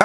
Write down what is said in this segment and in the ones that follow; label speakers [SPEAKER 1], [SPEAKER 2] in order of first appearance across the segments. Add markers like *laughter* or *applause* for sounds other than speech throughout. [SPEAKER 1] อ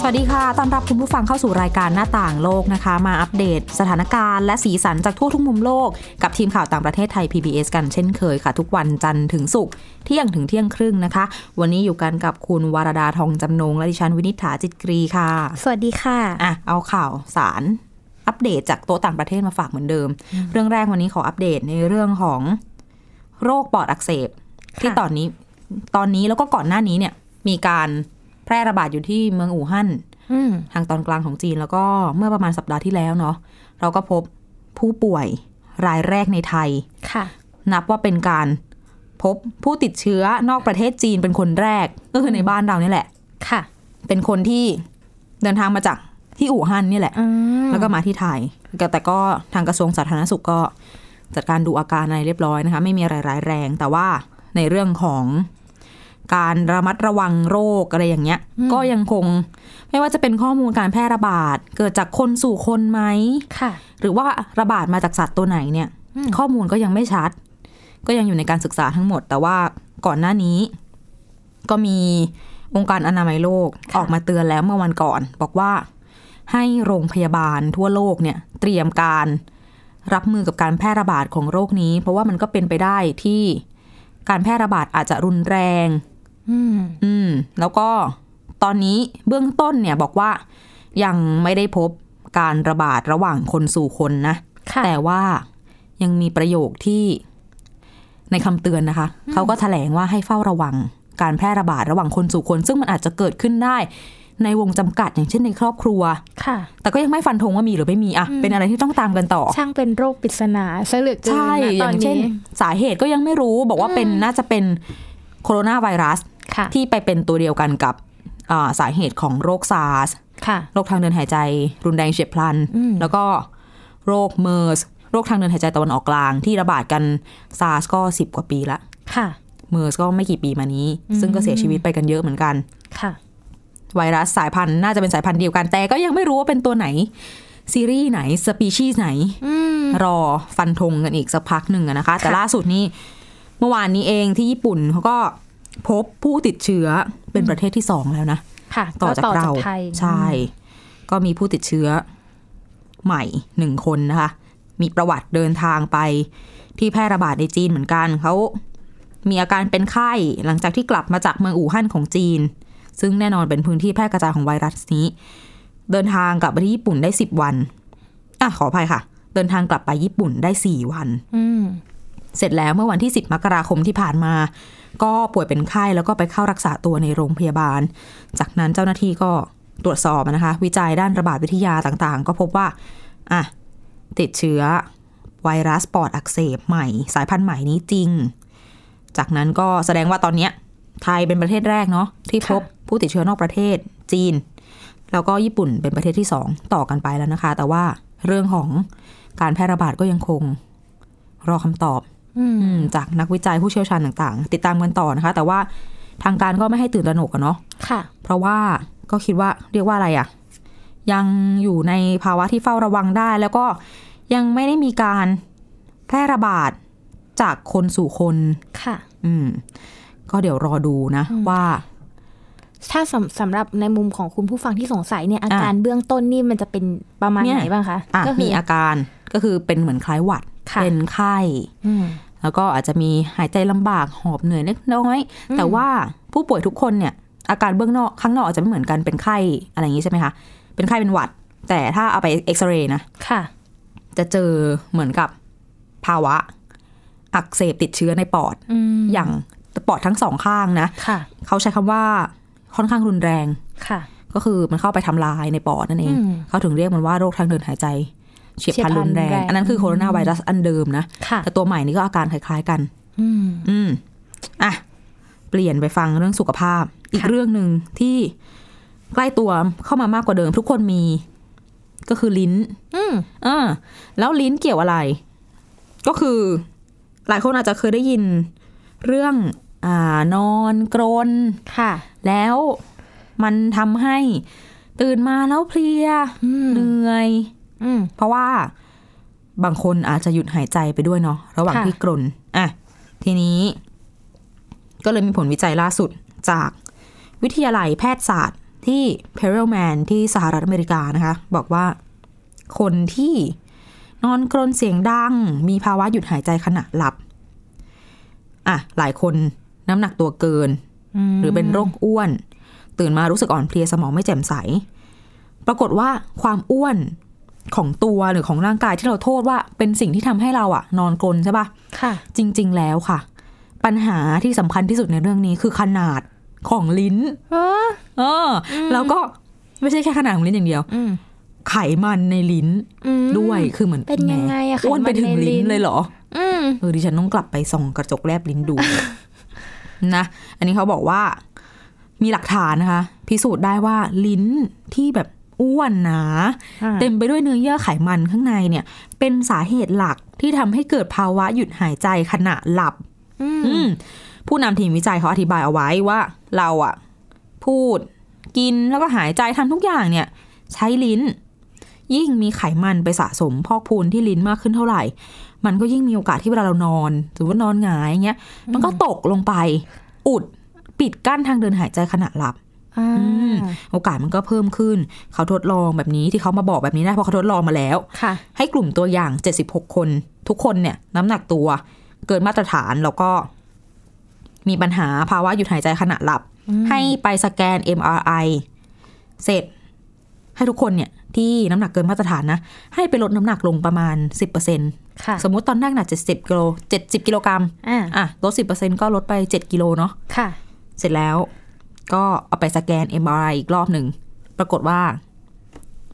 [SPEAKER 2] สวัสดีค่ะ ตอนรับคุณผู้ฟังเข้าสู่รายการหน้าต่างโลกนะคะ มาอัปเดตสถานการณ์และสีสันจากทั่วทุกมุมโลก กับทีมข่าวต่างประเทศไทย PBS กันเช่นเคยค่ะ ทุกวันจันทร์ถึงศุกร์เที่ยงถึงเที่ยงครึ่งนะคะ วันนี้อยู่กันกับคุณวารดาทองจำนง และดิฉันวินิษฐาจิตกรีค่ะ
[SPEAKER 3] สวัสดีค่ะ
[SPEAKER 2] อ่ะ เอาข่าวสารอัปเดตจากโต๊ะต่างประเทศมาฝากเหมือนเดิม เรื่องแรกวันนี้ขออัปเดตในเรื่องของโรคปอดอักเสบ ที่ตอนนี้ตอนนี้แล้วก็ก่อนหน้านี้เนี่ยมีการแพร่ระบาดอยู่ที่เมืองอู่ฮั่น
[SPEAKER 3] อืม
[SPEAKER 2] ทางตอนกลางของจีนแล้วก็เมื่อประมาณสัปดาห์ที่แล้วเนาะเราก็พบผู้ป่วยรายแรกในไทย
[SPEAKER 3] ค่ะ
[SPEAKER 2] นับว่าเป็นการพบผู้ติดเชื้อนอกประเทศจีนเป็นคนแรก ก็คือในบ้านเราเนี่ยแหละ
[SPEAKER 3] ค่ะ
[SPEAKER 2] เป็นคนที่เดินทางมาจากที่อู่ฮั่นเนี่ยแหละ
[SPEAKER 3] อืม
[SPEAKER 2] แล้วก็มาที่ไทยแต่แต่ก็ทางกระทรวงสาธารณสุขก็จัดการดูอาการอะไรเรียบร้อยนะคะ ไม่มีอะไรร้ายแรง แต่ว่าในเรื่องของการระมัดระวังโรคอะไรอย่างเงี้ย ก็ยังคงไม่ว่าจะเป็นข้อมูลการแพร่ระบาด เกิดจากคนสู่คนไหม
[SPEAKER 3] ค่ะ
[SPEAKER 2] หรือว่าระบาดมาจากสัตว์ตัวไหนเนี่ย
[SPEAKER 3] อืม
[SPEAKER 2] ข้อมูลก็ยังไม่ชัด ก็ยังอยู่ในการศึกษาทั้งหมด แต่ว่าก่อนหน้านี้ ก็มีองค์การอนามัยโลกออกมาเตือนแล้วเมื่อวันก่อน บอกว่าให้โรงพยาบาลทั่วโลกเนี่ยเตรียมการรับมือกับการแพร่ระบาดของโรคนี้ เพราะว่ามันก็เป็นไปได้ที่การแพร่ระบาดอาจจะรุนแรง
[SPEAKER 3] อืม
[SPEAKER 2] อืมแล้วก็ตอนนี้เบื้องต้นเนี่ยบอกว่ายังไม่ได้พบการระบาดระหว่างคนสู่คนนะ
[SPEAKER 3] ค่ะ
[SPEAKER 2] แต่ว่ายังมีประโยคที่ในคำเตือนนะคะ เขาก็แถลงว่าให้เฝ้าระวังการแพร่ระบาดระหว่างคนสู่คน ซึ่งมันอาจจะเกิดขึ้นได้ ในวงจำกัดอย่างเช่นในครอบครัว
[SPEAKER 3] ค่ะ
[SPEAKER 2] แต่ก็ยังไม่ฟันธงว่ามีหรือไม่มีอะเป็นอะไรที่ต้องตามกันต่อ
[SPEAKER 3] ช่างเป็นโรคปริศนาซะเหลือเกิน
[SPEAKER 2] ใช่
[SPEAKER 3] นะตอย่
[SPEAKER 2] อานงเช่น
[SPEAKER 3] นี้
[SPEAKER 2] สาเหตุก็ยังไม่รู้ บอกว่าเป็นน่าจะเป็นโคโรนาไวรัส
[SPEAKER 3] ค่ะ
[SPEAKER 2] ที่ไปเป็นตัวเดียวกันกับอ่าสาเหตุของโรคซาร์ส
[SPEAKER 3] ค่ะ
[SPEAKER 2] โรคทางเดินหายใจ รุนแรงเฉียบพลัน
[SPEAKER 3] อืม
[SPEAKER 2] แล้วก็โรคเมอร์สโรคทางเดินหายใจตะวันออกกลาง ที่ระบาดกันซาร์สก็ 10 กว่าปีละ
[SPEAKER 3] ค่ะ
[SPEAKER 2] เมอร์สก็ไม่กี่ปีมานี้ ซึ่งก็เสียชีวิตไปกันเยอะเหมือนกัน
[SPEAKER 3] ค่ะ
[SPEAKER 2] ไวรัสสายพันธุ์น่าจะเป็นสายพันธุ์เดียวกัน แต่ก็ยังไม่รู้ว่าเป็นตัวไหน ซีรีส์ไหน สปีชีส์ไหน
[SPEAKER 3] อืม
[SPEAKER 2] รอฟันธงกันอีกสักพักหนึ่งอะนะคะ แต่ล่าสุดนี้เมื่อวานนี้เองที่ญี่ปุ่นเขาก็พบผู้ติดเชื้อเป็นประเทศที่สองแล้วนะ
[SPEAKER 3] ค่ะ
[SPEAKER 2] ต่อจากเรา
[SPEAKER 3] ไทย
[SPEAKER 2] ใช่ ก็มีผู้ติดเชื้อใหม่หนึ่งคนนะคะ มีประวัติเดินทางไปที่แพร่ระบาดในจีนเหมือนกันเขามีอาการเป็นไข้หลังจากที่กลับมาจากเมืองอู่ฮั่นของจีน ซึ่งแน่นอนเป็นพื้นที่แพร่กระจายของไวรัสนี้ เดินทางกลับไปที่ญี่ปุ่นได้สิบวันอ่ะขออภัยค่ะ เดินทางกลับไปญี่ปุ่นได้สี่วัน
[SPEAKER 3] อืม
[SPEAKER 2] เสร็จแล้วเมื่อวันที่ 10 มกราคมที่ผ่านมา ก็ป่วยเป็นไข้แล้วก็ไปเข้ารักษาตัวในโรงพยาบาล จากนั้นเจ้าหน้าที่ก็ตรวจสอบนะคะ วิจัยด้านระบาดวิทยาต่างๆ ก็พบว่าอ่ะติดเชื้อไวรัสปอดอักเสบใหม่ สายพันธุ์ใหม่นี้จริง จากนั้นก็แสดงว่าตอนเนี้ยไทยเป็นประเทศแรกเนาะที่พบผู้ติดเชื้อนอกประเทศจีน แล้วก็ญี่ปุ่นเป็นประเทศที่สองต่อกันไปแล้วนะคะ แต่ว่าเรื่องของการแพร่ระบาดก็ยังคงรอคำตอบ
[SPEAKER 3] อืม
[SPEAKER 2] อืมจากนักวิจัยผู้เชี่ยวชาญต่างๆ ติดตามกันต่อนะคะ แต่ว่าทางการก็ไม่ให้ตื่นตระหนกอะเนาะ
[SPEAKER 3] ค่ะ
[SPEAKER 2] เพราะว่าก็คิดว่าเรียกว่าอะไรอะยังอยู่ในภาวะที่เฝ้าระวังได้ แล้วก็ยังไม่ได้มีการแพร่ระบาดจากคนสู่คน
[SPEAKER 3] ค่ะ
[SPEAKER 2] อืม ก็เดี๋ยวรอดูนะ ว่า
[SPEAKER 3] ถ้าสำสำหรับในมุมของคุณผู้ฟังที่สงสัยเนี่ย อาการเบื้องต้นนี่มันจะเป็นประมาณ
[SPEAKER 2] เนี่ย
[SPEAKER 3] ไหนบ้างคะ
[SPEAKER 2] อ่ะ
[SPEAKER 3] ก็คื
[SPEAKER 2] มีอาการก็คือเป็นเหมือนคล้ายหวัด
[SPEAKER 3] ค่ะ
[SPEAKER 2] เป็นไข้
[SPEAKER 3] อืม
[SPEAKER 2] แล้วก็อาจจะมีหายใจลำบากหอบเหนื่อยเล็กน้อย
[SPEAKER 3] อืม
[SPEAKER 2] แต่ว่าผู้ป่วยทุกคนเนี่ย อาการเบื้องนอกข้างนอกอาจจะไม่เหมือนกันเป็นไข้อะไรอย่างนี้ใช่ไหมคะ เป็นไข้เป็นหวัด แต่ถ้าเอาไปเอ็กซเรย์นะ
[SPEAKER 3] ค่ะ
[SPEAKER 2] จะเจอเหมือนกับภาวะ อักเสบติดเชื้อในปอด
[SPEAKER 3] อืม
[SPEAKER 2] อย่างปอดทั้งสองข้างนะ
[SPEAKER 3] ค่ะ
[SPEAKER 2] เขาใช้คำว่าค่อนข้างรุนแรง
[SPEAKER 3] ค่ะ
[SPEAKER 2] ก็คือมันเข้าไปทำลายในปอดนั่นเอง
[SPEAKER 3] อืม
[SPEAKER 2] เขาถึงเรียกมันว่าโรคทางเดินหายใจเฉียบพลันรุนแรง
[SPEAKER 3] เฉียบพลันรุนแรง
[SPEAKER 2] อันนั้นคือโคโรนาไวรัสอันเดิมนะ
[SPEAKER 3] ค่ะ
[SPEAKER 2] แต่ตัวใหม่นี่ก็อาการคล้ายๆกัน
[SPEAKER 3] อืม
[SPEAKER 2] อืม อ่ะ เปลี่ยนไปฟังเรื่องสุขภาพ อีก
[SPEAKER 3] ค่ะ
[SPEAKER 2] เรื่องหนึ่งที่ใกล้ตัวเข้ามามากกว่าเดิม ทุกคนมี ก็คือลิ้น
[SPEAKER 3] อืม
[SPEAKER 2] เออแล้วลิ้นเกี่ยวอะไร ก็คือ หลายคนอาจจะเคยได้ยิน เรื่อง อ่านอนกรน
[SPEAKER 3] ค่ะ
[SPEAKER 2] แล้ว มันทำให้ตื่นมาแล้วเพลีย
[SPEAKER 3] อืม
[SPEAKER 2] เหนื่อย
[SPEAKER 3] อืม
[SPEAKER 2] เพราะว่าบางคนอาจจะหยุดหายใจไปด้วยเนาะระหว่าง
[SPEAKER 3] ค่ะ
[SPEAKER 2] ที่กรนอ่ะทีนี้ ก็เลยมีผลวิจัยล่าสุดจากวิทยาลัยแพทยศาสตร์ที่เพเรลแมนที่สหรัฐอเมริกานะคะ บอกว่าคนที่นอนกรนเสียงดัง มีภาวะหยุดหายใจขณะหลับ อ่ะ หลายคนน้ำหนักตัวเกิน หรือเป็นโรคอ้วน ตื่นมารู้สึกอ่อนเพลียสมองไม่แจ่มใส ปรากฏว่าความอ้วนของตัวหรือของร่างกายที่เราโทษว่าเป็นสิ่งที่ทำให้เราอะนอนกลนใช่ปะ
[SPEAKER 3] ค่ะ
[SPEAKER 2] จริง ๆ แล้วค่ะ ปัญหาที่สำคัญที่สุดในเรื่องนี้คือขนาดของลิ้น
[SPEAKER 3] เออ
[SPEAKER 2] เอออ
[SPEAKER 3] ม
[SPEAKER 2] แล้วก็ไม่ใช่แค่ขนาดของลิ้นอย่างเดียว
[SPEAKER 3] อืม
[SPEAKER 2] ไขมันในลิ้น
[SPEAKER 3] อืม
[SPEAKER 2] ด้วยคือเหมือน
[SPEAKER 3] เป็นยังไงอะ
[SPEAKER 2] แหมอ้วนไปถึง
[SPEAKER 3] ไขมันในลิ้
[SPEAKER 2] ลิ้
[SPEAKER 3] น
[SPEAKER 2] นเลยเหรอ
[SPEAKER 3] อืม
[SPEAKER 2] เออดิฉันต้องกลับไปส่องกระจกแลบลิ้นดู *laughs* นะ อันนี้เขาบอกว่ามีหลักฐานนะคะ พิสูจน์ได้ว่าลิ้นที่แบบอ้วนหนา เต็มไปด้วยเนื้อเยื่อไขมันข้างในเนี่ย เป็นสาเหตุหลักที่ทำให้เกิดภาวะหยุดหายใจขณะหลับ
[SPEAKER 3] อืม
[SPEAKER 2] อืมผู้นำทีมวิจัยเขาอธิบายเอาไว้ว่าเราอะพูดกินแล้วก็หายใจทำทุกอย่างเนี่ย ใช้ลิ้น ยิ่งมีไขมันไปสะสมพอกพูนที่ลิ้นมากขึ้นเท่าไหร่ มันก็ยิ่งมีโอกาสที่เวลาเรานอนสมมติว่านอนหงายอย่างเงี้ยมันก็ตกลงไป อุดปิดกั้นทางเดินหายใจขณะหลับ
[SPEAKER 3] อ่า
[SPEAKER 2] ม โอกาสมันก็เพิ่มขึ้น เขาทดลองแบบนี้ที่เขามาบอกแบบนี้ได้เพราะเขาทดลองมาแล้ว
[SPEAKER 3] ค่ะ
[SPEAKER 2] ให้กลุ่มตัวอย่าง 76 คน ทุกคนเนี่ยน้ำหนักตัว เกินมาตรฐานแล้วก็มีปัญหาภาวะหยุดหายใจขณะหลับ ให้ไปสแกน MRI เสร็จ ให้ทุกคนเนี่ยที่น้ำหนักเกินมาตรฐานนะ ให้ไปลดน้ำหนักลงประมาณ 10%
[SPEAKER 3] ค่ะ
[SPEAKER 2] สมมติตอนแรกหนัก 70กิโล70 กิโลกรัม
[SPEAKER 3] อ่า
[SPEAKER 2] อ่ะลด 10%ก็ลดไป 7 กิโลเนาะ
[SPEAKER 3] ค่ะ
[SPEAKER 2] เสร็จแล้วก็เอาไปสแกน MRI อีกรอบหนึ่ง ปรากฏว่า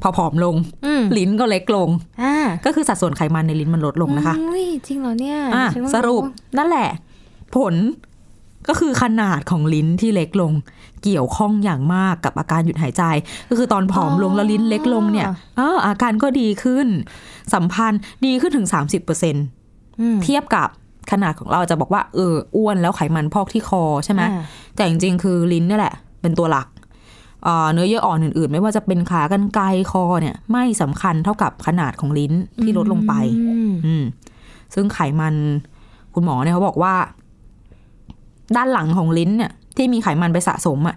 [SPEAKER 2] พอผอมลง
[SPEAKER 3] อืม
[SPEAKER 2] ลิ้นก็เล็กลง
[SPEAKER 3] อ่า
[SPEAKER 2] ก็คือสัดส่วนไขมันในลิ้นมันลดลงนะคะ
[SPEAKER 3] อุ้ยจริงเหรอเนี่ย
[SPEAKER 2] อ่ะ
[SPEAKER 3] ฉันว่า
[SPEAKER 2] สรุปนั่นแหละ ผลก็คือขนาดของลิ้นที่เล็กลง เกี่ยวข้องอย่างมากกับอาการหยุดหายใจ ก็คือตอนผอมลงแล้วลิ้นเล็กลงเนี่ยเอออาการก็ดีขึ้น สัมพันธ์ดีขึ้นถึง 30%เ
[SPEAKER 3] อืม
[SPEAKER 2] เทียบกับขนาดของเราจะบอกว่าเอออ้วนแล้วไขมันพอกที่คอใช่ไหม
[SPEAKER 3] อ่า
[SPEAKER 2] แต่จริงๆ คือลิ้นนี่แหละ เป็นตัวหลักเอ่อเนื้อเยื่ออ่อนอื่นๆ ไม่ว่าจะเป็นขากรรไกรคอเนี่ย ไม่สำคัญเท่ากับขนาดของลิ้นที่ลดลงไป
[SPEAKER 3] อืม
[SPEAKER 2] อืม ซึ่งไขมันคุณหมอเนี่ยเขาบอกว่า ด้านหลังของลิ้นเนี่ย ที่มีไขมันไปสะสมอะ่ะ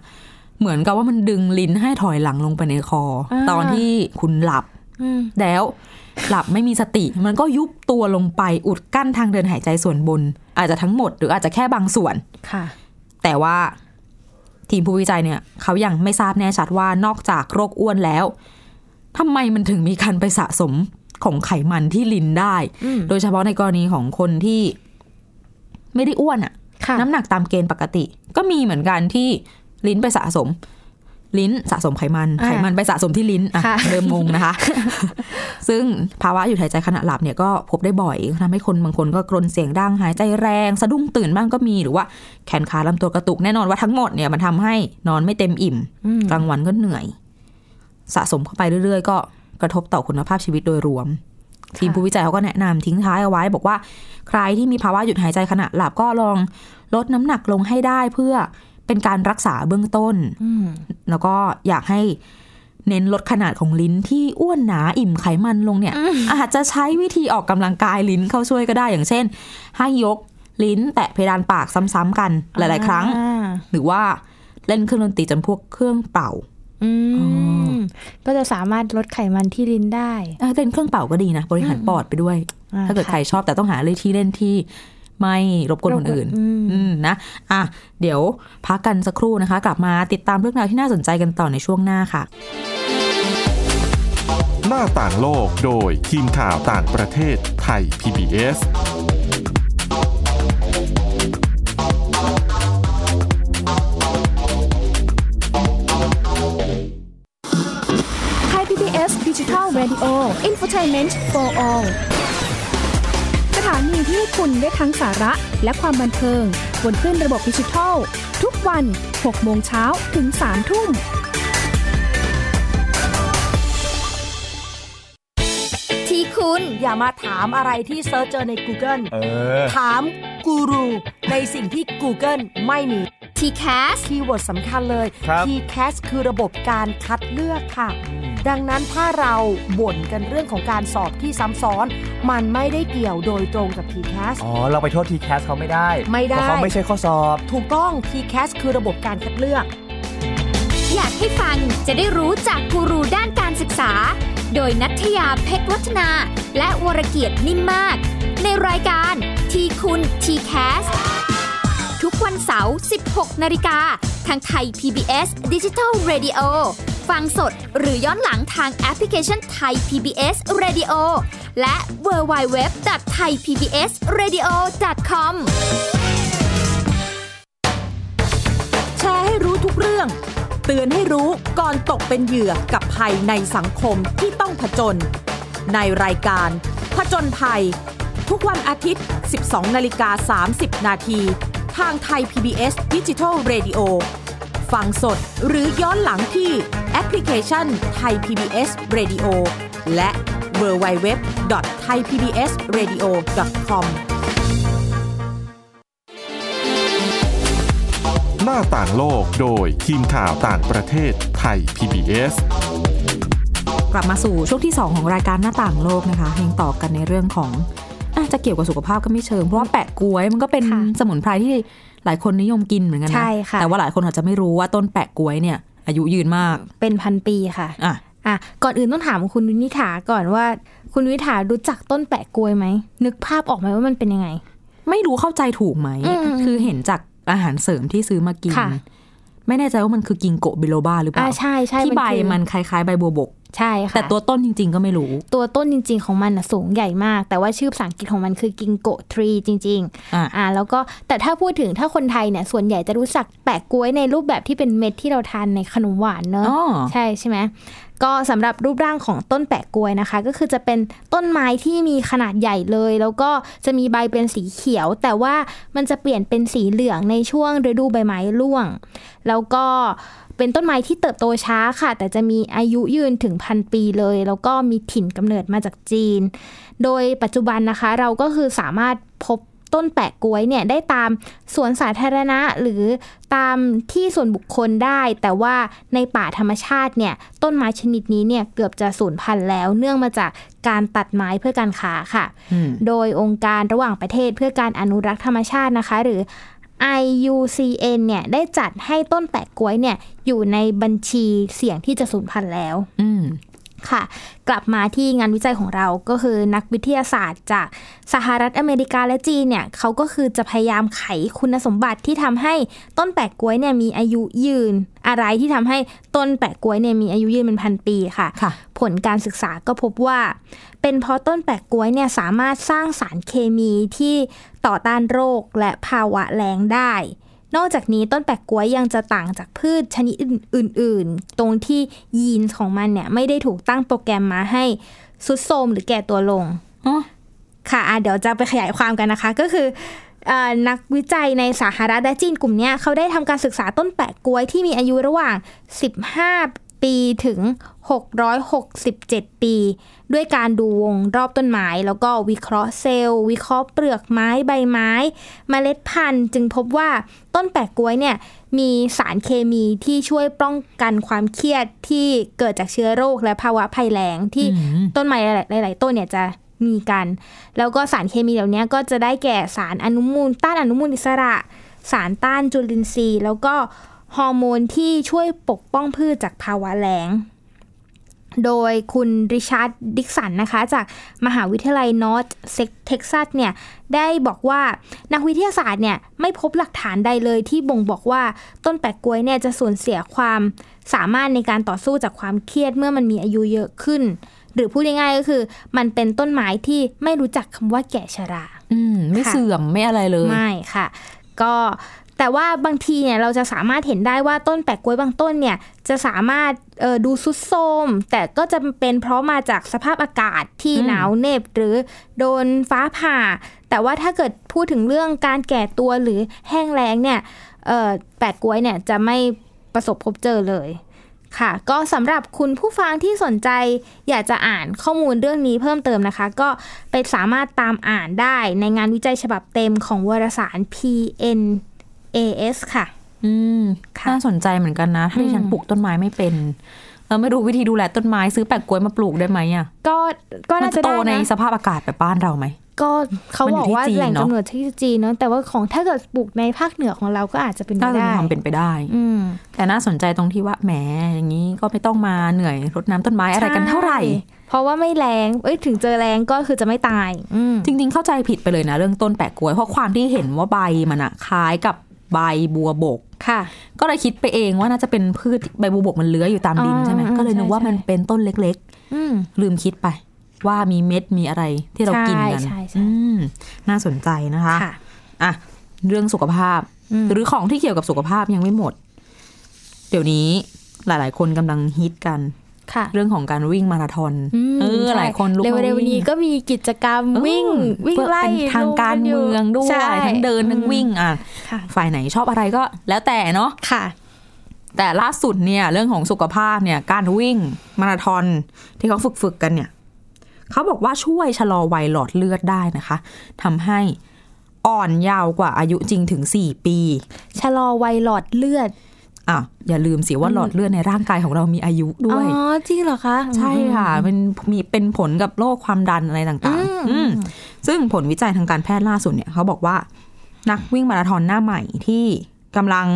[SPEAKER 2] เหมือนกับว่ามันดึงลิ้นให้ถอยหลังลงไปในคออา ตอนที่คุณหลับ
[SPEAKER 3] อืม
[SPEAKER 2] แล้วหลับไม่มีสติ มันก็ยุบตัวลงไปอุดกั้นทางเดินหายใจส่วนบน อาจจะทั้งหมดหรืออาจจะแค่บางส่วน
[SPEAKER 3] ค่ะ
[SPEAKER 2] แต่ว่าทีมผู้วิจัยเนี่ย เขายังไม่ทราบแน่ชัดว่านอกจากโรคอ้วนแล้วทำไมมันถึงมีการไปสะสมของไขมันที่ลิ้นได้
[SPEAKER 3] อืม
[SPEAKER 2] โดยเฉพาะในกรณีของคนที่ไม่ได้อ้วนอะ
[SPEAKER 3] ค่ะ
[SPEAKER 2] น้ำหนักตามเกณฑ์ปกติ ก็มีเหมือนกันที่ลิ้นไปสะสม ลิ้นสะสมไขมัน
[SPEAKER 3] อ่า
[SPEAKER 2] ไขมันไปสะสมที่ลิ้นอ่ะ
[SPEAKER 3] ค่ะ
[SPEAKER 2] เริ่มงงนะคะ *laughs* ซึ่งภาวะหยุดหายใจขณะหลับเนี่ยก็พบได้บ่อยทำให้คนบางคนก็กรนเสียงดังหายใจแรง สะดุ้งตื่นบ้างก็มีหรือว่าแขนขาลำตัวกระตุกแน่นอนว่าทั้งหมดเนี่ยมันทำให้นอนไม่เต็มอิ่ม
[SPEAKER 3] อืม
[SPEAKER 2] กลางวันก็เหนื่อย สะสมเข้าไปเรื่อยๆ ก็กระทบต่อคุณภาพชีวิตโดยรวม ทีมผู้วิจัยเขาก็แนะนำทิ้งท้ายเอาไว้ บอกว่า ใครที่มีภาวะหยุดหายใจขณะหลับก็ลองลดน้ำหนักลงให้ได้เพื่อเป็นการรักษาเบื้องต้น
[SPEAKER 3] อืม
[SPEAKER 2] แล้วก็อยากให้เน้นลดขนาดของลิ้นที่อ้วนหนาอิ่มไขมันลงเนี่ย อาจจะใช้วิธีออกกำลังกายลิ้นเข้าช่วยก็ได้อย่างเช่น ให้ยกลิ้นแตะเพดานปากซ้ำๆกันหลาย ๆ ครั้ง
[SPEAKER 3] อ่า
[SPEAKER 2] หรือว่าเล่นเครื่องดนตรีจำพวกเครื่องเป่า
[SPEAKER 3] อื
[SPEAKER 2] อ๋อ
[SPEAKER 3] ม ก็จะสามารถลดไขมันที่ลิ้นได้
[SPEAKER 2] เออเล่นเครื่องเป่าก็ดีนะ บริหารปอดไปด้วย
[SPEAKER 3] อ่
[SPEAKER 2] ถ้าเกิด
[SPEAKER 3] ะ
[SPEAKER 2] ใครชอบแต่ต้องหาเลยที่เล่นที่ไม่รบกวนคนอื่น
[SPEAKER 3] ม
[SPEAKER 2] อืมนะ อ่ะ เดี๋ยวพักกันสักครู่นะคะ กลับมาติดตามเรื่องราวที่น่าสนใจกันต่อในช่วงหน้าค่ะ
[SPEAKER 1] หน้าต่างโลกโดยทีมข่าวต่างประเทศไทย PBS
[SPEAKER 4] ไทย PBS Digital Radio Infotainment for All สถานีที่คุณได้ทั้งสาระและความบันเทิง บนคลื่นระบบดิจิทัล ทุกวัน 6 โมงเช้าถึง 3 ทุ่ม
[SPEAKER 5] ที่คุณอย่ามาถามอะไรที่เซิร์ชเจอใน Google
[SPEAKER 6] เออ
[SPEAKER 5] ถามกูรูในสิ่งที่ Google ไม่มี
[SPEAKER 4] ที
[SPEAKER 5] TCAS
[SPEAKER 6] คีย์เวิร์ดสำคัญเลย
[SPEAKER 7] ครับ
[SPEAKER 6] TCAS คือระบบการคัดเลือกค่ะ ดังนั้นถ้าเราบ่นกันเรื่องของการสอบที่ซ้ำซ้อน มันไม่ได้เกี่ยวโดยตรงกับ TCAS
[SPEAKER 7] อ๋อ เราไปโทษทีแคสเขาไม่ได้
[SPEAKER 6] ไม่ได้
[SPEAKER 7] เพราะเขาไม่ใช่ข้อสอบ
[SPEAKER 6] ถูกต้อง TCAS คือระบบการคัดเลือก
[SPEAKER 5] อยากให้ฟังจะได้รู้จากกูรูด้านการศึกษา โดยนัทยาเพชรวัฒนา และวรเกียดนิ่มมาก ในรายการทีคุณทีแคสทุกวันเสาร์ 16 นาฬิกา ทางไทย PBS Digital Radio ฟังสดหรือย้อนหลังทางแอปพลิเคชันไทย PBS Radio และ w w w t h a i PBS Radio com
[SPEAKER 8] แชร์ให้รู้ทุกเรื่อง เตือนให้รู้ก่อนตกเป็นเหยื่อกับภัยในสังคมที่ต้องผจญในรายการ ผจญภัย ทุกวันอาทิตย์ 12 นาฬิกา 30 นาทีทางไทย PBS ดิจิทัล Radio ฟังสดหรือย้อนหลังที่แอปพลิเคชันไทย PBS Radio และ w w w t h a i p b s r a d i o c o m
[SPEAKER 1] หน้าต่างโลกโดยทีมข่าวต่างประเทศไทย PBS
[SPEAKER 2] กลับมาสู่ช่วงที่ 2 ของรายการหน้าต่างโลกนะคะยังต่อกันในเรื่องของอาจจะเกี่ยวกับสุขภาพก็ไม่เชิง เพราะว่าแปะกล้วยมันก็เป็น
[SPEAKER 3] ค่ะ
[SPEAKER 2] สมุนไพรที่หลายคนนิยมกินเหมือนกันนะ
[SPEAKER 3] ใช่ค่ะ
[SPEAKER 2] แต่ว่าหลายคนอาจจะไม่รู้ว่าต้นแปะกล้วยเนี่ย อายุยืนมาก
[SPEAKER 3] เป็นพันปีค่ะ
[SPEAKER 2] อ่ะ
[SPEAKER 3] อ่ะ ก่อนอื่นต้องถามคุณวินิฐาก่อนว่า คุณวินิฐารู้จักต้นแปะกลวยไหม นึกภาพออกไหมว่ามันเป็นยังไง
[SPEAKER 2] ไม่รู้เข้าใจถูกไหม
[SPEAKER 3] อืม
[SPEAKER 2] คือเห็นจากอาหารเสริมที่ซื้อมากิน
[SPEAKER 3] ค่ะ
[SPEAKER 2] ไม่แน่ใจว่ามันคือกิงโกะบิโลบาหรือเป
[SPEAKER 3] อ่า
[SPEAKER 2] ล่า
[SPEAKER 3] ใช่ใช่
[SPEAKER 2] ที่ใบ
[SPEAKER 3] คือ
[SPEAKER 2] มันคล้ายๆใบบัวบก
[SPEAKER 3] ใช่ค่ะ
[SPEAKER 2] แต่ตัวต้นจริง ๆ ก็ไม่รู้
[SPEAKER 3] ตัวต้นจริง ๆ ของมันนะสูงใหญ่มาก แต่ว่าชื่อภาษาอังกฤษของมันคือกิงโกทรีจริง ๆ
[SPEAKER 2] อ่ะ
[SPEAKER 3] อ่าแล้วก็แต่ถ้าพูดถึงถ้าคนไทยเนี่ยส่วนใหญ่จะรู้จักแปะกล้วยในรูปแบบที่เป็นเม็ดที่เราทานในขนมหวานเนอะ
[SPEAKER 2] อ๋อ
[SPEAKER 3] ใช่ใช่ไหมก็สำหรับรูปร่างของต้นแปะกล้วยนะคะ ก็คือจะเป็นต้นไม้ที่มีขนาดใหญ่เลย แล้วก็จะมีใบเป็นสีเขียว แต่ว่ามันจะเปลี่ยนเป็นสีเหลืองในช่วงฤดูใบไม้ร่วง แล้วก็เป็นต้นไม้ที่เติบโตช้าค่ะ แต่จะมีอายุยืนถึงพันปีเลย แล้วก็มีถิ่นกำเนิดมาจากจีน โดยปัจจุบันนะคะเราก็คือสามารถพบต้นแปะกล้วยเนี่ยได้ตามสวนสาธารณะหรือตามที่ส่วนบุคคลได้ แต่ว่าในป่าธรรมชาติเนี่ยต้นไม้ชนิดนี้เนี่ยเกือบจะสูญพันธุ์แล้ว เนื่องมาจากการตัดไม้เพื่อการค้าค่ะ
[SPEAKER 2] อืม
[SPEAKER 3] โดยองค์การระหว่างประเทศเพื่อการอนุรักษ์ธรรมชาตินะคะ หรือ IUCN เนี่ยได้จัดให้ต้นแปะกล้วยเนี่ยอยู่ในบัญชีเสี่ยงที่จะสูญพันธุ์แล้ว
[SPEAKER 2] อืม
[SPEAKER 3] ค่ะ กลับมาที่งานวิจัยของเราก็คือนักวิทยาศาสตร์จากสหรัฐอเมริกาและจีนเนี่ยเขาก็คือจะพยายามไขคุณสมบัติที่ทำให้ต้นแปะกล้วยเนี่ยมีอายุยืน อะไรที่ทำให้ต้นแปะกล้วยเนี่ยมีอายุยืนเป็นพันปีค่ะ
[SPEAKER 2] ค่ะ
[SPEAKER 3] ผลการศึกษาก็พบว่า เป็นเพราะต้นแปะกล้วยเนี่ยสามารถสร้างสารเคมีที่ต่อต้านโรคและภาวะแรงได้ นอกจากนี้ต้นแปะกล้วยยังจะต่างจากพืชชนิดอื่น ๆ ตรงที่ยีนของมันเนี่ยไม่ได้ถูกตั้งโปรแกรมมาให้สุดโทรมหรือแก่ตัวลง
[SPEAKER 2] อ๋อ
[SPEAKER 3] ค่ะอ่ะ เดี๋ยวจะไปขยายความกันนะคะ ก็คือเอ่อนักวิจัยในสหรัฐและจีนกลุ่มเนี้ยเขาได้ทำการศึกษาต้นแปะกล้วยที่มีอายุระหว่าง 15 ปีถึง 667 ปี ด้วยการดูวงรอบต้นไม้ แล้วก็วิเคราะห์เซลล์ วิเคราะห์เปลือกไม้ใบไม้ เมล็ดพันธุ์ จึงพบว่าต้นแปะกล้วยเนี่ยมีสารเคมีที่ช่วยป้องกันความเครียดที่เกิดจากเชื้อโรคและภาวะภัยแล้งที่
[SPEAKER 2] อืม
[SPEAKER 3] ต้นไม้หลาย ๆ ต้นเนี่ยจะมีกัน แล้วก็สารเคมีเหล่านี้ก็จะได้แก่สารอนุมูล ต้านอนุมูลอิสระ สารต้านจุลินทรีย์ แล้วก็ฮอร์โมนที่ช่วยปกป้องพืชจากภาวะแล้ง โดยคุณริชาร์ดดิกสันนะคะ จากมหาวิทยาลัยนอร์ทเท็กซัสเนี่ยได้บอกว่านักวิทยาศาสตร์เนี่ยไม่พบหลักฐานใดเลยที่บ่งบอกว่าต้นแปะกล้วยเนี่ยจะสูญเสียความสามารถในการต่อสู้จากความเครียดเมื่อมันมีอายุเยอะขึ้น หรือพูดง่ายๆก็คือ มันเป็นต้นไม้ที่ไม่รู้จักคำว่าแก่ชรา
[SPEAKER 2] อืม ไม่
[SPEAKER 3] ค่ะ
[SPEAKER 2] เสื่อมไม่อะไรเลย
[SPEAKER 3] ไม่ค่ะ ก็แต่ว่าบางทีเนี่ยเราจะสามารถเห็นได้ว่าต้นแปะกล้วยบางต้นเนี่ยจะสามารถเอ่อดูซุดโทรมแต่ก็จะเป็นเพราะมาจากสภาพอากาศที่
[SPEAKER 2] อืม
[SPEAKER 3] หนาวเหน็บหรือโดนฟ้าผ่า แต่ว่าถ้าเกิดพูดถึงเรื่องการแก่ตัวหรือแห้งแล้งเนี่ยเอ่อแปะกล้วยเนี่ยจะไม่ประสบพบเจอเลย ค่ะ ก็สำหรับคุณผู้ฟังที่สนใจอยากจะอ่านข้อมูลเรื่องนี้เพิ่มเติมนะคะ ก็ไปสามารถตามอ่านได้ในงานวิจัยฉบับเต็มของวารสาร PNAS ค่ะ
[SPEAKER 2] อืม
[SPEAKER 3] ค่ะ
[SPEAKER 2] น่าสนใจเหมือนกันนะ ถ้าดิฉันปลูกต้นไม้ไม่เป็นเออไม่รู้วิธีดูแลต้นไม้ซื้อแปลกกล้วยมาปลูกได้ไหมอ่ะ
[SPEAKER 3] ก็ก็
[SPEAKER 2] มั
[SPEAKER 3] น่าจะ
[SPEAKER 2] จะโต
[SPEAKER 3] ได้
[SPEAKER 2] ใน
[SPEAKER 3] นะ
[SPEAKER 2] สภาพอากาศแบบบ้านเราไหม
[SPEAKER 3] ก็เขาบอกว่า
[SPEAKER 2] มันอยู่ที่จีน
[SPEAKER 3] แหล่ง
[SPEAKER 2] เนอะ
[SPEAKER 3] กำเนิดที่จีนเนาะแต่ว่าของถ้าเกิดปลูกในภาคเหนือของเราก็อาจจะเป็นไป
[SPEAKER 2] น่าจะมี
[SPEAKER 3] ได้
[SPEAKER 2] ความเป็นไปได้
[SPEAKER 3] อืม
[SPEAKER 2] แต่น่าสนใจตรงที่ว่าแหมอย่างนี้ก็ไม่ต้องมาเหนื่อยรดน้ำต้นไม้อะไรกันเท่าไหร่
[SPEAKER 3] ใช่เพราะว่าไม่แรง เอ้ยถึงเจอแรงก็คือจะไม่ตาย อืม
[SPEAKER 2] จริงๆ เข้าใจผิดไปเลยนะ เรื่องต้นแปะกล้วย เพราะความที่เห็นว่าใบมันอะคล้ายกับใบบัวบก
[SPEAKER 3] ค่ะ
[SPEAKER 2] ก็เลยคิดไปเองว่าน่าจะเป็นพืชใบบัวบกมันเลื้อยอยู่ตามดิน
[SPEAKER 3] อ่า
[SPEAKER 2] ใช่ไหม
[SPEAKER 3] อ่า
[SPEAKER 2] ก็เลยนึก
[SPEAKER 3] ใช่
[SPEAKER 2] ว่า
[SPEAKER 3] ใช่
[SPEAKER 2] มันเป็นต้นเล็ก
[SPEAKER 3] อืม
[SPEAKER 2] ๆ ลืมคิดไป ว่ามีเม็ดมีอะไรที่เรากินกัน
[SPEAKER 3] ใช่ใช่ใช่
[SPEAKER 2] อืมน่าสนใจนะคะ
[SPEAKER 3] ค่ะ
[SPEAKER 2] อ่ะเรื่องสุขภาพ
[SPEAKER 3] อืม
[SPEAKER 2] หรือของที่เกี่ยวกับสุขภาพยังไม่หมด เดี๋ยวนี้หลาย ๆ คนกำลังฮิตกัน
[SPEAKER 3] ค่ะ
[SPEAKER 2] เรื่องของการวิ่งมาราธอน
[SPEAKER 3] ม
[SPEAKER 2] เออ
[SPEAKER 3] ใช่
[SPEAKER 2] หลายคนลุกมา
[SPEAKER 3] เร็วๆนี้
[SPEAKER 2] ง
[SPEAKER 3] ก็มีกิจกรรม
[SPEAKER 2] เออ
[SPEAKER 3] วิ่ง วิ่ง
[SPEAKER 2] เพื่อ
[SPEAKER 3] ไล่
[SPEAKER 2] เป็นทางการเมืองด้วย
[SPEAKER 3] ใช่
[SPEAKER 2] ทั้งเดินทั้งวิ่งอ่ะ
[SPEAKER 3] ค่ะ
[SPEAKER 2] ฝ่ายไหนชอบอะไรก็ แล้วแต่เนาะ
[SPEAKER 3] ค่ะ
[SPEAKER 2] แต่ล่าสุดเนี่ย เรื่องของสุขภาพเนี่ย การวิ่งมาราธอนที่เขาฝึกฝึกๆกันเนี่ยเขาบอกว่าช่วยชะลอวัยหลอดเลือดได้นะคะทำให้อ่อนยาวกว่าอายุจริงถึงสี่ปี
[SPEAKER 3] ชะลอวัยหลอดเลือด
[SPEAKER 2] อ่ะอย่าลืมสิว่าหลอดเลือดในร่างกายของเรามีอายุด้วย
[SPEAKER 3] อ๋อจริงเหรอคะ
[SPEAKER 2] ใช่ค่ะมันมีเป็นผลกับโรคความดันอะไรต่างๆอืมซึ่งผลวิจัยทางการแพทย์ล่าสุดเนี่ยเขาบอกว่า นักวิ่งมาราธอนหน้าใหม่ที่กำลัง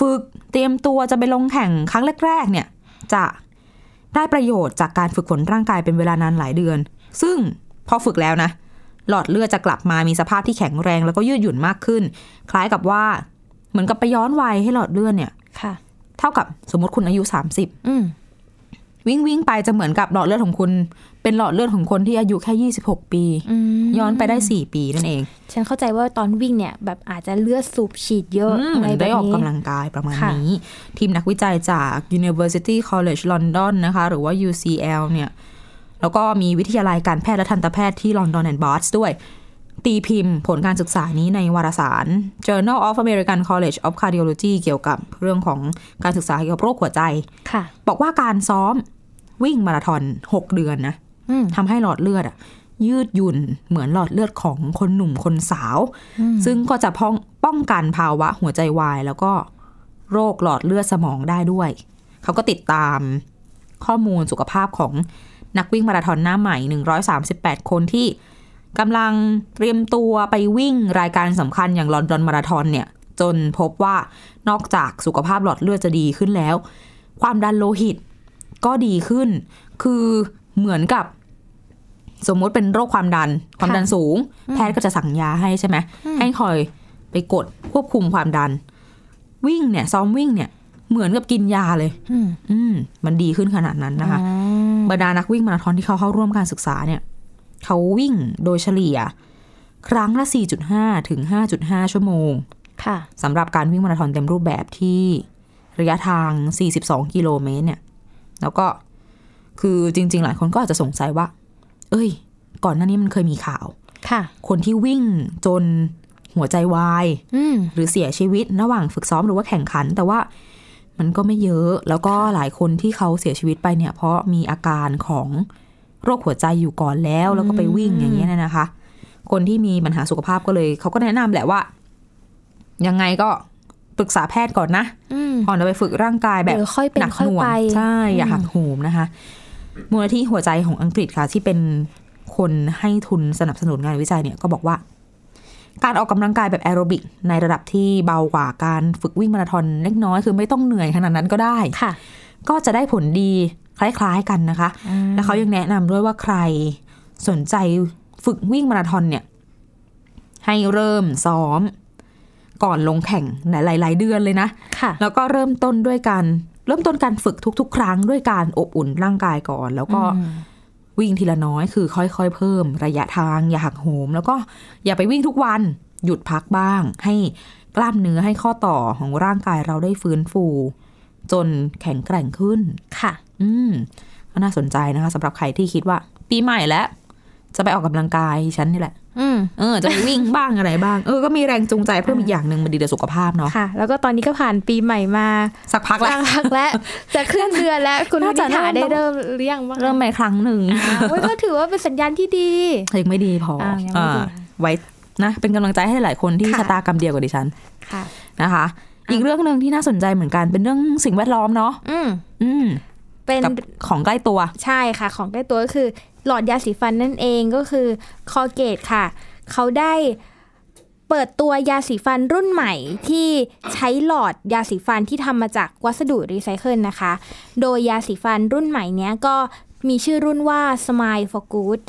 [SPEAKER 2] ฝึกเตรียมตัวจะไปลงแข่งครั้งแรก ๆ เนี่ย จะได้ประโยชน์จากการฝึกฝนร่างกายเป็นเวลานานหลายเดือน ซึ่งพอฝึกแล้วนะ หลอดเลือดจะกลับมามีสภาพที่แข็งแรงแล้วก็ยืดหยุ่นมากขึ้น คล้ายกับว่าเหมือนกับไปย้อนวัยให้หลอดเลือดเนี่ย
[SPEAKER 3] ค่ะ
[SPEAKER 2] เท่ากับสมมติคุณอายุ 30
[SPEAKER 3] อืม
[SPEAKER 2] วิ่งวิ่งไปจะเหมือนกับหลอดเลือดของคุณ เป็นหลอดเลือดของคนที่อายุแค่ 26 ปี
[SPEAKER 3] อืม
[SPEAKER 2] ย้อนไปได้ 4 ปีนั่นเอง
[SPEAKER 3] ฉันเข้าใจว่าตอนวิ่งเนี่ย แบบอาจจะเลือดสูบฉีดเยอะ
[SPEAKER 2] อืม
[SPEAKER 3] อะ
[SPEAKER 2] เหมื
[SPEAKER 3] ไร
[SPEAKER 2] อน
[SPEAKER 3] แบบ
[SPEAKER 2] ได้ออก
[SPEAKER 3] นี้
[SPEAKER 2] กำลังกายประมาณ
[SPEAKER 3] ค่ะ
[SPEAKER 2] นี้ ทีมนักวิจัยจาก University College London นะคะ หรือว่า UCL เนี่ย แล้วก็มีวิทยาลัยการแพทย์และทันตแพทย์ที่ London and Barts ด้วย ตีพิมพ์ผลการศึกษานี้ในวารสาร Journal of American College of Cardiology เกี่ยวกับเรื่องของการศึกษาเกี่ยวกับโรคหัวใจ
[SPEAKER 3] ค่ะ
[SPEAKER 2] บอกว่าการซ้อมวิ่งมาราธอน6 เดือนนะ
[SPEAKER 3] อืม
[SPEAKER 2] ทำให้หลอดเลือดอะยืดหยุ่นเหมือนหลอดเลือดของคนหนุ่มคนสาว ซึ่งก็จะพ้องป้องกันภาวะหัวใจวาย แล้วก็โรคหลอดเลือดสมองได้ด้วย เขาก็ติดตามข้อมูลสุขภาพของนักวิ่งมาราธอนหน้าใหม่ 138 คนที่กำลังเตรียมตัวไปวิ่งรายการสำคัญอย่างลอนดอนมาราธอนเนี่ย จนพบว่านอกจากสุขภาพหลอดเลือดจะดีขึ้นแล้ว ความดันโลหิตก็ดีขึ้น คือเหมือนกับ สมมติเป็นโรคความดัน ความดันสูง แพทย์ก็จะสั่งยาให้ใช่ไหม ให้คอยไปกดควบคุมความดัน วิ่งเนี่ยซ้อมวิ่งเนี่ย เหมือนกับกินยาเลย
[SPEAKER 3] อืม
[SPEAKER 2] อืม มันดีขึ้นขนาดนั้นนะคะ
[SPEAKER 3] อืม
[SPEAKER 2] บรรดานักวิ่งมาราธอนที่เขาเข้าร่วมการศึกษาเนี่ย เขาวิ่งโดยเฉลี่ย ครั้งละ 4.5 ถึง 5.5 ชั่วโมง
[SPEAKER 3] ค่ะ
[SPEAKER 2] สำหรับการวิ่งมาราธอนเต็มรูปแบบที่ระยะทาง 42 กิโลเมตรเนี่ย แล้วก็คือจริง ๆ หลายคนก็อาจจะสงสัยว่า เอ้ย ก่อนหน้านี้มันเคยมีข่าว
[SPEAKER 3] ค่ะ
[SPEAKER 2] คนที่วิ่งจนหัวใจวาย
[SPEAKER 3] อืม
[SPEAKER 2] หรือเสียชีวิตระหว่างฝึกซ้อมหรือว่าแข่งขัน แต่ว่ามันก็ไม่เยอะ แล้วก็หลายคนที่เขาเสียชีวิตไปเนี่ย เพราะมีอาการของโรคหัวใจอยู่ก่อนแล้ว แล้วก็ไปวิ่งอย่างเงี้ยนะคะ คนที่มีปัญหาสุขภาพก็เลย เขาก็แนะนำแหละว่า ยังไงก็ปรึกษาแพทย์ก่อนนะ
[SPEAKER 3] อืม
[SPEAKER 2] ก่อนจะไปฝึกร่างกายแบบ
[SPEAKER 3] เดี๋ยวค่อยเป็น
[SPEAKER 2] หนัก
[SPEAKER 3] ค่อย
[SPEAKER 2] หน่วง
[SPEAKER 3] ไป
[SPEAKER 2] ใช่อย่าหักโหมนะคะ มูลนิธิหัวใจของอังกฤษค่ะ ที่เป็นคนให้ทุนสนับสนุนงานวิจัยเนี่ยก็บอกว่า การออกกำลังกายแบบแอโรบิกในระดับที่เบากว่าการฝึกวิ่งมาราธอนเล็กน้อยคือไม่ต้องเหนื่อยขนาดนั้นก็ได้
[SPEAKER 3] ค่ะ
[SPEAKER 2] ก็จะได้ผลดีคล้ายๆกันนะคะ แล้วเขายังแนะนำด้วยว่าใครสนใจฝึกวิ่งมาราธอนเนี่ย ให้เริ่มซ้อม ก่อนลงแข่งหลายๆเดือนเลยนะ
[SPEAKER 3] ค่ะ
[SPEAKER 2] แล้วก็เริ่มต้นด้วยการเริ่มต้นการฝึกทุก ๆ ครั้งด้วยการอบอุ่นร่างกายก่อน แล้วก็วิ่งทีละน้อยคือค่อยๆ เพิ่มระยะทาง อย่าหักโหม แล้วก็อย่าไปวิ่งทุกวันหยุดพักบ้าง ให้กล้ามเนื้อให้ข้อต่อของร่างกายเราได้ฟื้นฟู จนแข็งแกร่งขึ้น
[SPEAKER 3] ค่ะ
[SPEAKER 2] อืมก็น่าสนใจนะคะสำหรับใครที่คิดว่า ปีใหม่แล้วจะไปออกกำลังกายฉันนี่แหละ
[SPEAKER 3] อืม
[SPEAKER 2] เออจะไปวิ่งบ้างอะไรบ้างเออก็มีแรงจูงใจเพิ่มอีกอย่างหนึ่งมันดีต่อสุขภาพเนาะ
[SPEAKER 3] ค่ะ แล้วก็ตอนนี้ก็ผ่านปีใหม่มา
[SPEAKER 2] สักพักแล้ว
[SPEAKER 3] สักพักแล้ว จะขึ้นเดือนแล้ว คุณ
[SPEAKER 2] น่า
[SPEAKER 3] วิ
[SPEAKER 2] จะ
[SPEAKER 3] นิฐา
[SPEAKER 2] เริ่ม
[SPEAKER 3] ได้เริ่มหรือยังบ้าง
[SPEAKER 2] เริ่มไปครั้งหนึ่ง
[SPEAKER 3] โอ้ยก็ถือว่าเป็นสัญญาณที่ดี
[SPEAKER 2] ยังไม่ดีพอ
[SPEAKER 3] อ่ายังไม่ดี
[SPEAKER 2] อ่าไว้นะ เป็นกำลังใจให้หลายคนที่
[SPEAKER 3] ค่ะ
[SPEAKER 2] ชะตากรรมเดียวกับดิฉัน
[SPEAKER 3] ค่ะ
[SPEAKER 2] นะคะ อีกเรื่องหนึ่งที่น่าสนใจเหมือนกันเป็นเรื่องสิ่งแวดล้อมเนาะ
[SPEAKER 3] อืม
[SPEAKER 2] อืม
[SPEAKER 3] เป็น
[SPEAKER 2] กับของใกล้ตัว
[SPEAKER 3] ใช่ค่ะ ของใกล้ตัวก็คือ หลอดยาสีฟันนั่นเองก็คือคอเกตค่ะ เขาได้เปิดตัวยาสีฟันรุ่นใหม่ที่ใช้หลอดยาสีฟันที่ทำมาจากวัสดุรีไซเคิลนะคะ โดยยาสีฟันรุ่นใหม่เนี้ยก็มีชื่อรุ่นว่า Smile for Good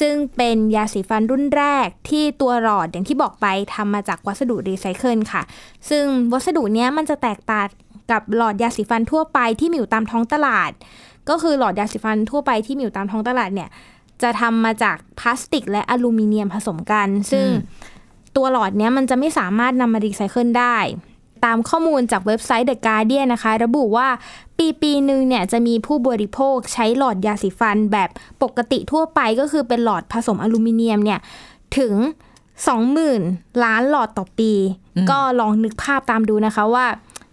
[SPEAKER 3] ซึ่งเป็นยาสีฟันรุ่นแรกที่ตัวหลอดอย่างที่บอกไปทำมาจากวัสดุรีไซเคิลค่ะ ซึ่งวัสดุเนี้ยมันจะแตกต่างกับหลอดยาสีฟันทั่วไปที่มีอยู่ตามท้องตลาด ก็คือหลอดยาสีฟันทั่วไปที่มีอยู่ตามท้องตลาดเนี่ย จะทำมาจากพลาสติกและอลูมิเนียมผสมกัน ซึ่งตัวหลอดเนี้ยมันจะไม่สามารถนำมารีไซเคิลได้ ตามข้อมูลจากเว็บไซต์ The Guardian นะคะ ระบุว่าปีปีหนึ่งเนี่ยจะมีผู้บริโภคใช้หลอดยาสีฟันแบบปกติทั่วไปก็คือเป็นหลอดผสมอลูมิเนียมเนี่ย ถึง 20,000 ล้านหลอดต่อปี ก็ลองนึกภาพตามดูนะคะว่า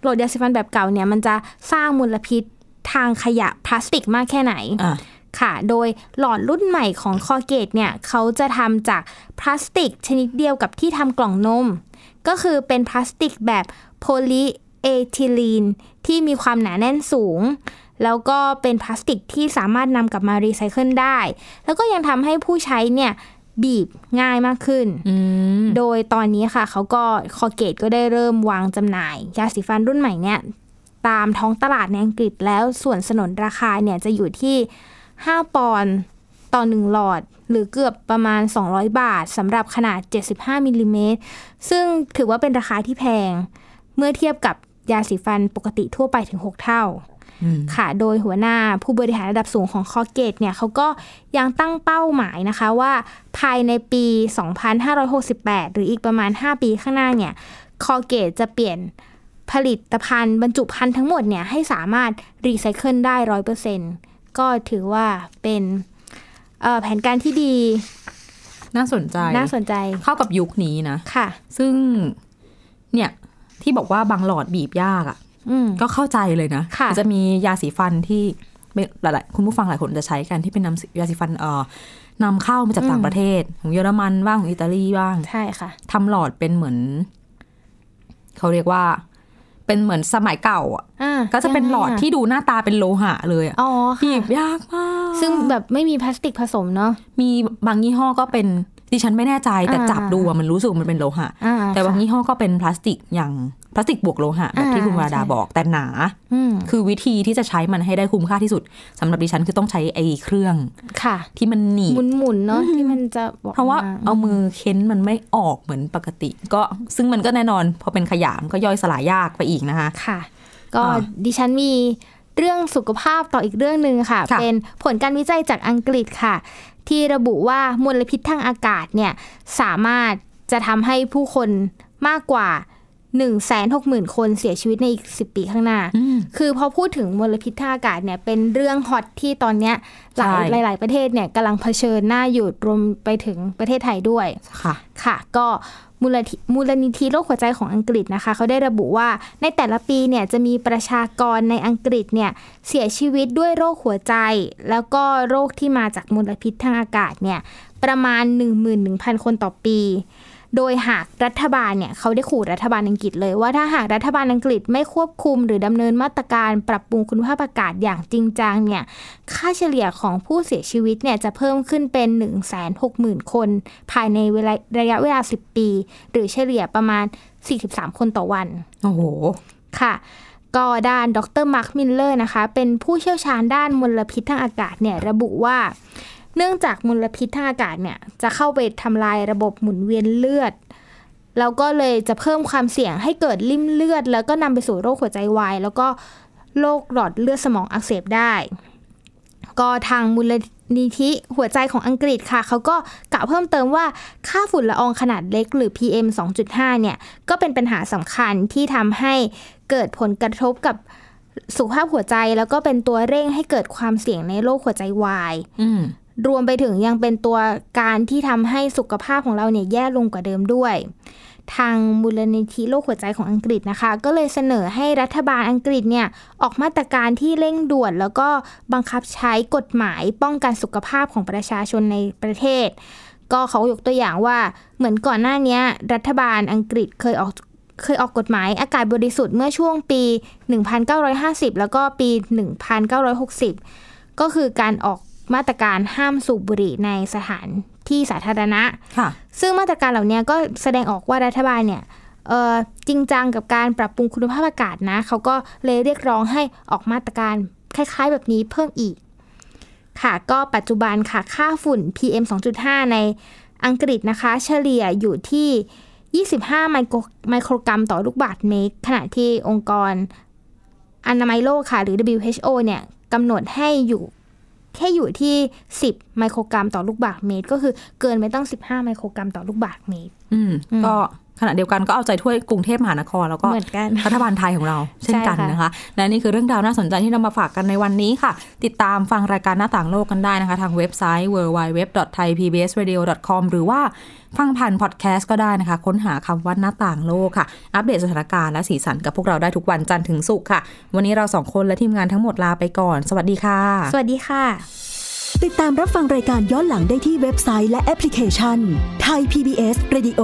[SPEAKER 3] หลอดยาสีฟันแบบเก่าเนี่ยมันจะสร้างมลพิษทางขยะพลาสติกมากแค่ไหน
[SPEAKER 2] อ่ะ
[SPEAKER 3] ค่ะ โดยหลอดรุ่นใหม่ของคอเกตเนี่ยเขาจะทำจากพลาสติกชนิดเดียวกับที่ทำกล่องนม ก็คือเป็นพลาสติกแบบโพลีเอทิลีนที่มีความหนาแน่นสูง แล้วก็เป็นพลาสติกที่สามารถนำกลับมารีไซเคิลได้ แล้วก็ยังทำให้ผู้ใช้เนี่ยบีบง่ายมากขึ้น โดยตอนนี้ค่ะเขาก็คอเกตก็ได้เริ่มวางจำหน่าย ยาสีฟันรุ่นใหม่เนี่ยตามท้องตลาดในอังกฤษแล้วส่วนสนนราคาเนี่ยจะอยู่ที่ 5 ปอนด์ต่อ 1 หลอด หรือเกือบประมาณ 200 บาทสำหรับขนาด 75มิลลิเมตรซึ่งถือว่าเป็นราคาที่แพง เมื่อเทียบกับยาสีฟันปกติทั่วไปถึง 6 เท่า ค่ะ โดยหัวหน้าผู้บริหารระดับสูงของคอเกตเนี่ยเขาก็ยังตั้งเป้าหมายนะคะว่าภายในปี 2568 หรืออีกประมาณ 5 ปีข้างหน้าเนี่ยคอเกตจะเปลี่ยนผลิตภัณฑ์บรรจุภัณฑ์ทั้งหมดเนี่ยให้สามารถรีไซเคิลได้ร้อยเปอร์เซ็นก็ถือว่าเป็นเอ่อแผนการที่ดี
[SPEAKER 2] น่าสนใจ
[SPEAKER 3] น่าสนใจ
[SPEAKER 2] เข้ากับยุคนี้นะ
[SPEAKER 3] ค่ะ
[SPEAKER 2] ซึ่งเนี่ยที่บอกว่าบางหลอดบีบยากอะ่ะ
[SPEAKER 3] อืม
[SPEAKER 2] ก็เข้าใจเลยนะ
[SPEAKER 3] ค่ะ
[SPEAKER 2] มันจะมียาสีฟันที่เป็นหลายๆคุณผู้ฟังหลายคนจะใช้กันที่เป็นนำยาสีฟันเอ่อนำเข้ามาจากต่างประเทศ ของเยอรมันบ้างของอิตาลีบ้าง
[SPEAKER 3] ใช่ค่ะ
[SPEAKER 2] ทำหลอดเป็นเหมือน เขาเรียกว่า เป็นเหมือนสมัยเก่าอ่ะ
[SPEAKER 3] อ่า
[SPEAKER 2] ก็จะเป็นหลอด
[SPEAKER 3] ยังไงะ
[SPEAKER 2] ที่ดูหน้าตาเป็นโลหะเลยอ่ะ
[SPEAKER 3] อ๋อ
[SPEAKER 2] บี
[SPEAKER 3] ค่ะ
[SPEAKER 2] บยากมาก
[SPEAKER 3] ซึ่งแบบไม่มีพลาสติกผสมเนาะ
[SPEAKER 2] มีบางยี่ห้อก็เป็นดิฉันไม่แน่ใจแต่
[SPEAKER 3] อ่า
[SPEAKER 2] จับดูอะมันรู้สึกมันเป็นโลหะ
[SPEAKER 3] อ่
[SPEAKER 2] แต่บาง
[SPEAKER 3] ค่ะ
[SPEAKER 2] ยี่ห้อก็เป็นพลาสติกอย่างพลาสติกบวกโลหะแบบที่
[SPEAKER 3] อ่า
[SPEAKER 2] คุณวราดา
[SPEAKER 3] ใช่
[SPEAKER 2] บอกแต่หนา
[SPEAKER 3] อืม
[SPEAKER 2] คือวิธีที่จะใช้มันให้ได้คุ้มค่าที่สุดสำหรับดิฉันคือต้องใช้ไอ้เครื่อง
[SPEAKER 3] ค่ะ
[SPEAKER 2] ที่มันหนี
[SPEAKER 3] ห
[SPEAKER 2] บ
[SPEAKER 3] มุนๆเนาะที่มันจะบอก
[SPEAKER 2] เพราะว่า
[SPEAKER 3] ออกม
[SPEAKER 2] เอามือเค้นมันไม่ออกเหมือนปกติ ก็ซึ่งมันก็แน่นอน พอเป็นขยามนก็ย่อยสลายยากไปอีกนะคะ
[SPEAKER 3] ค่ะ ก็
[SPEAKER 2] อ่า
[SPEAKER 3] ดิฉันมีเรื่องสุขภาพต่ออีกเรื่องหนึ่งค่ะ
[SPEAKER 2] ค่ะ
[SPEAKER 3] เป็นผลการวิจัยจากอังกฤษค่ะ ที่ระบุว่ามลพิษทางอากาศเนี่ย สามารถจะทำให้ผู้คนมากกว่า 160,000 คนเสียชีวิตในอีก 10 ปีข้างหน้า คือพอพูดถึงมลพิษทางอากาศเนี่ยเป็นเรื่องฮอตที่ตอนเนี้ยหลาย
[SPEAKER 2] ใช่
[SPEAKER 3] หลาย ๆ ประเทศเนี่ยกำลังเผชิญหน้าอยู่รวมไปถึงประเทศไทยด้วย
[SPEAKER 2] ค่ะ
[SPEAKER 3] ค่ะก็มูลนิมูลนิธิโรคหัวใจของอังกฤษนะคะ เขาได้ระบุว่าในแต่ละปีเนี่ยจะมีประชากรในอังกฤษเนี่ยเสียชีวิตด้วยโรคหัวใจ แล้วก็โรคที่มาจากมลพิษทางอากาศเนี่ยประมาณ 11,000 คนต่อปี โดยหากรัฐบาลเนี่ยเขาได้ขู่รัฐบาลอังกฤษเลยว่าถ้าหากรัฐบาลอังกฤษไม่ควบคุม หรือดำเนินมาตรการปรับปรุงคุณภาพอากาศอย่างจริงจังเนี่ยค่าเฉลี่ยของผู้เสียชีวิตเนี่ยจะเพิ่มขึ้นเป็น 160,000 คน ภายในเวลาระยะเวลา 10 ปี หรือเฉลี่ยประมาณ 43 คนต่อวัน
[SPEAKER 2] โอ้โห
[SPEAKER 3] ค่ะ ก็ด้านดรมาร์คมิลเลอร์นะคะ เป็นผู้เชี่ยวชาญด้านมลพิษทางอากาศเนี่ยระบุว่า เนื่องจากมลพิษทางอากาศเนี่ยจะเข้าไปทำลายระบบหมุนเวียนเลือด แล้วก็เลยจะเพิ่มความเสี่ยงให้เกิดริ่มเลือด แล้วก็นำไปสู่โรคหัวใจวาย แล้วก็โรคหลอดเลือดสมองอักเสบได้ ก็ทางมูลนิธิหัวใจของอังกฤษค่ะ เขาก็กล่าวเพิ่มเติมว่าค่าฝุ่นละอองขนาดเล็กหรือ PM 2.5 เนี่ย ก็เป็นปัญหาสำคัญที่ทำให้เกิดผลกระทบกับสุขภาพหัวใจ แล้วก็เป็นตัวเร่งให้เกิดความเสี่ยงในโรคหัวใจวาย
[SPEAKER 2] อืม
[SPEAKER 3] รวมไปถึงยังเป็นตัวการที่ทำให้สุขภาพของเราเนี่ยแย่ลงกว่าเดิมด้วย ทางมูลนิธิโรคหัวใจของอังกฤษนะคะ ก็เลยเสนอให้รัฐบาลอังกฤษเนี่ยออกมาตรการที่เร่งด่วน แล้วก็บังคับใช้กฎหมายป้องกันสุขภาพของประชาชนในประเทศ ก็เขายกตัวอย่างว่าเหมือนก่อนหน้าเนี้ยรัฐบาลอังกฤษเคยออก เคยออกกฎหมายอากาศบริสุทธิ์เมื่อช่วงปี 1950 แล้วก็ปี 1960 ก็คือการออกมาตรการห้ามสูบบุหรี่ในสถานที่สาธารณะ
[SPEAKER 2] ค่ะ
[SPEAKER 3] ซึ่งมาตรการเหล่านี้ก็แสดงออกว่ารัฐบาลเนี่ยเอ่อจริงจังกับการปรับปรุงคุณภาพอากาศนะเขาก็เลยเรียกร้องให้ออกมาตรการคล้ายๆแบบนี้เพิ่มอีก ค่ะก็ปัจจุบันค่ะค่าฝุ่น PM 2.5 ในอังกฤษนะคะ เฉลี่ยอยู่ที่ 25 ไมโครไมโครกรัมต่อลูกบาศก์เมตร ขณะที่องค์กรอนามัยโลกค่ะ หรือ WHO เนี่ยกำหนดให้อยู่ แค่อยู่ที่ 10 ไมโครกรัมต่อลูกบาศก์เมตร ก็คือเกินไปตั้ง 15 ไมโครกรัมต่อลูกบาศก์เมตร
[SPEAKER 2] อืม
[SPEAKER 3] อืม
[SPEAKER 2] ก็ขณะเดียวกันก็เอาใจช่วยกรุงเทพมหานครแล้วก็
[SPEAKER 3] เหมือนกัน
[SPEAKER 2] รัฐบาลไทยของเรา เช่นกัน
[SPEAKER 3] ใช่ค่ะ
[SPEAKER 2] นะคะ และนี่คือเรื่องราวน่าสนใจที่นำมาฝากกันในวันนี้ค่ะ ติดตามฟังรายการหน้าต่างโลกกันได้นะคะ ทางเว็บไซต์ www.thaipbsradio.com หรือว่าฟังผ่านพอดแคสต์ก็ได้นะคะ ค้นหาคำว่าหน้าต่างโลกค่ะ อัปเดตสถานการณ์และสีสันกับพวกเราได้ทุกวันจันทร์ถึงศุกร์ค่ะ วันนี้เราสองคนและทีมงานทั้งหมดลาไปก่อน สวัสดีค่ะ
[SPEAKER 3] สวัสดีค่ะ
[SPEAKER 9] ติดตามรับฟังรายการย้อนหลังได้ที่เว็บไซต์และแอปพลิเคชันไทย PBS Radio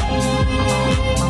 [SPEAKER 9] ม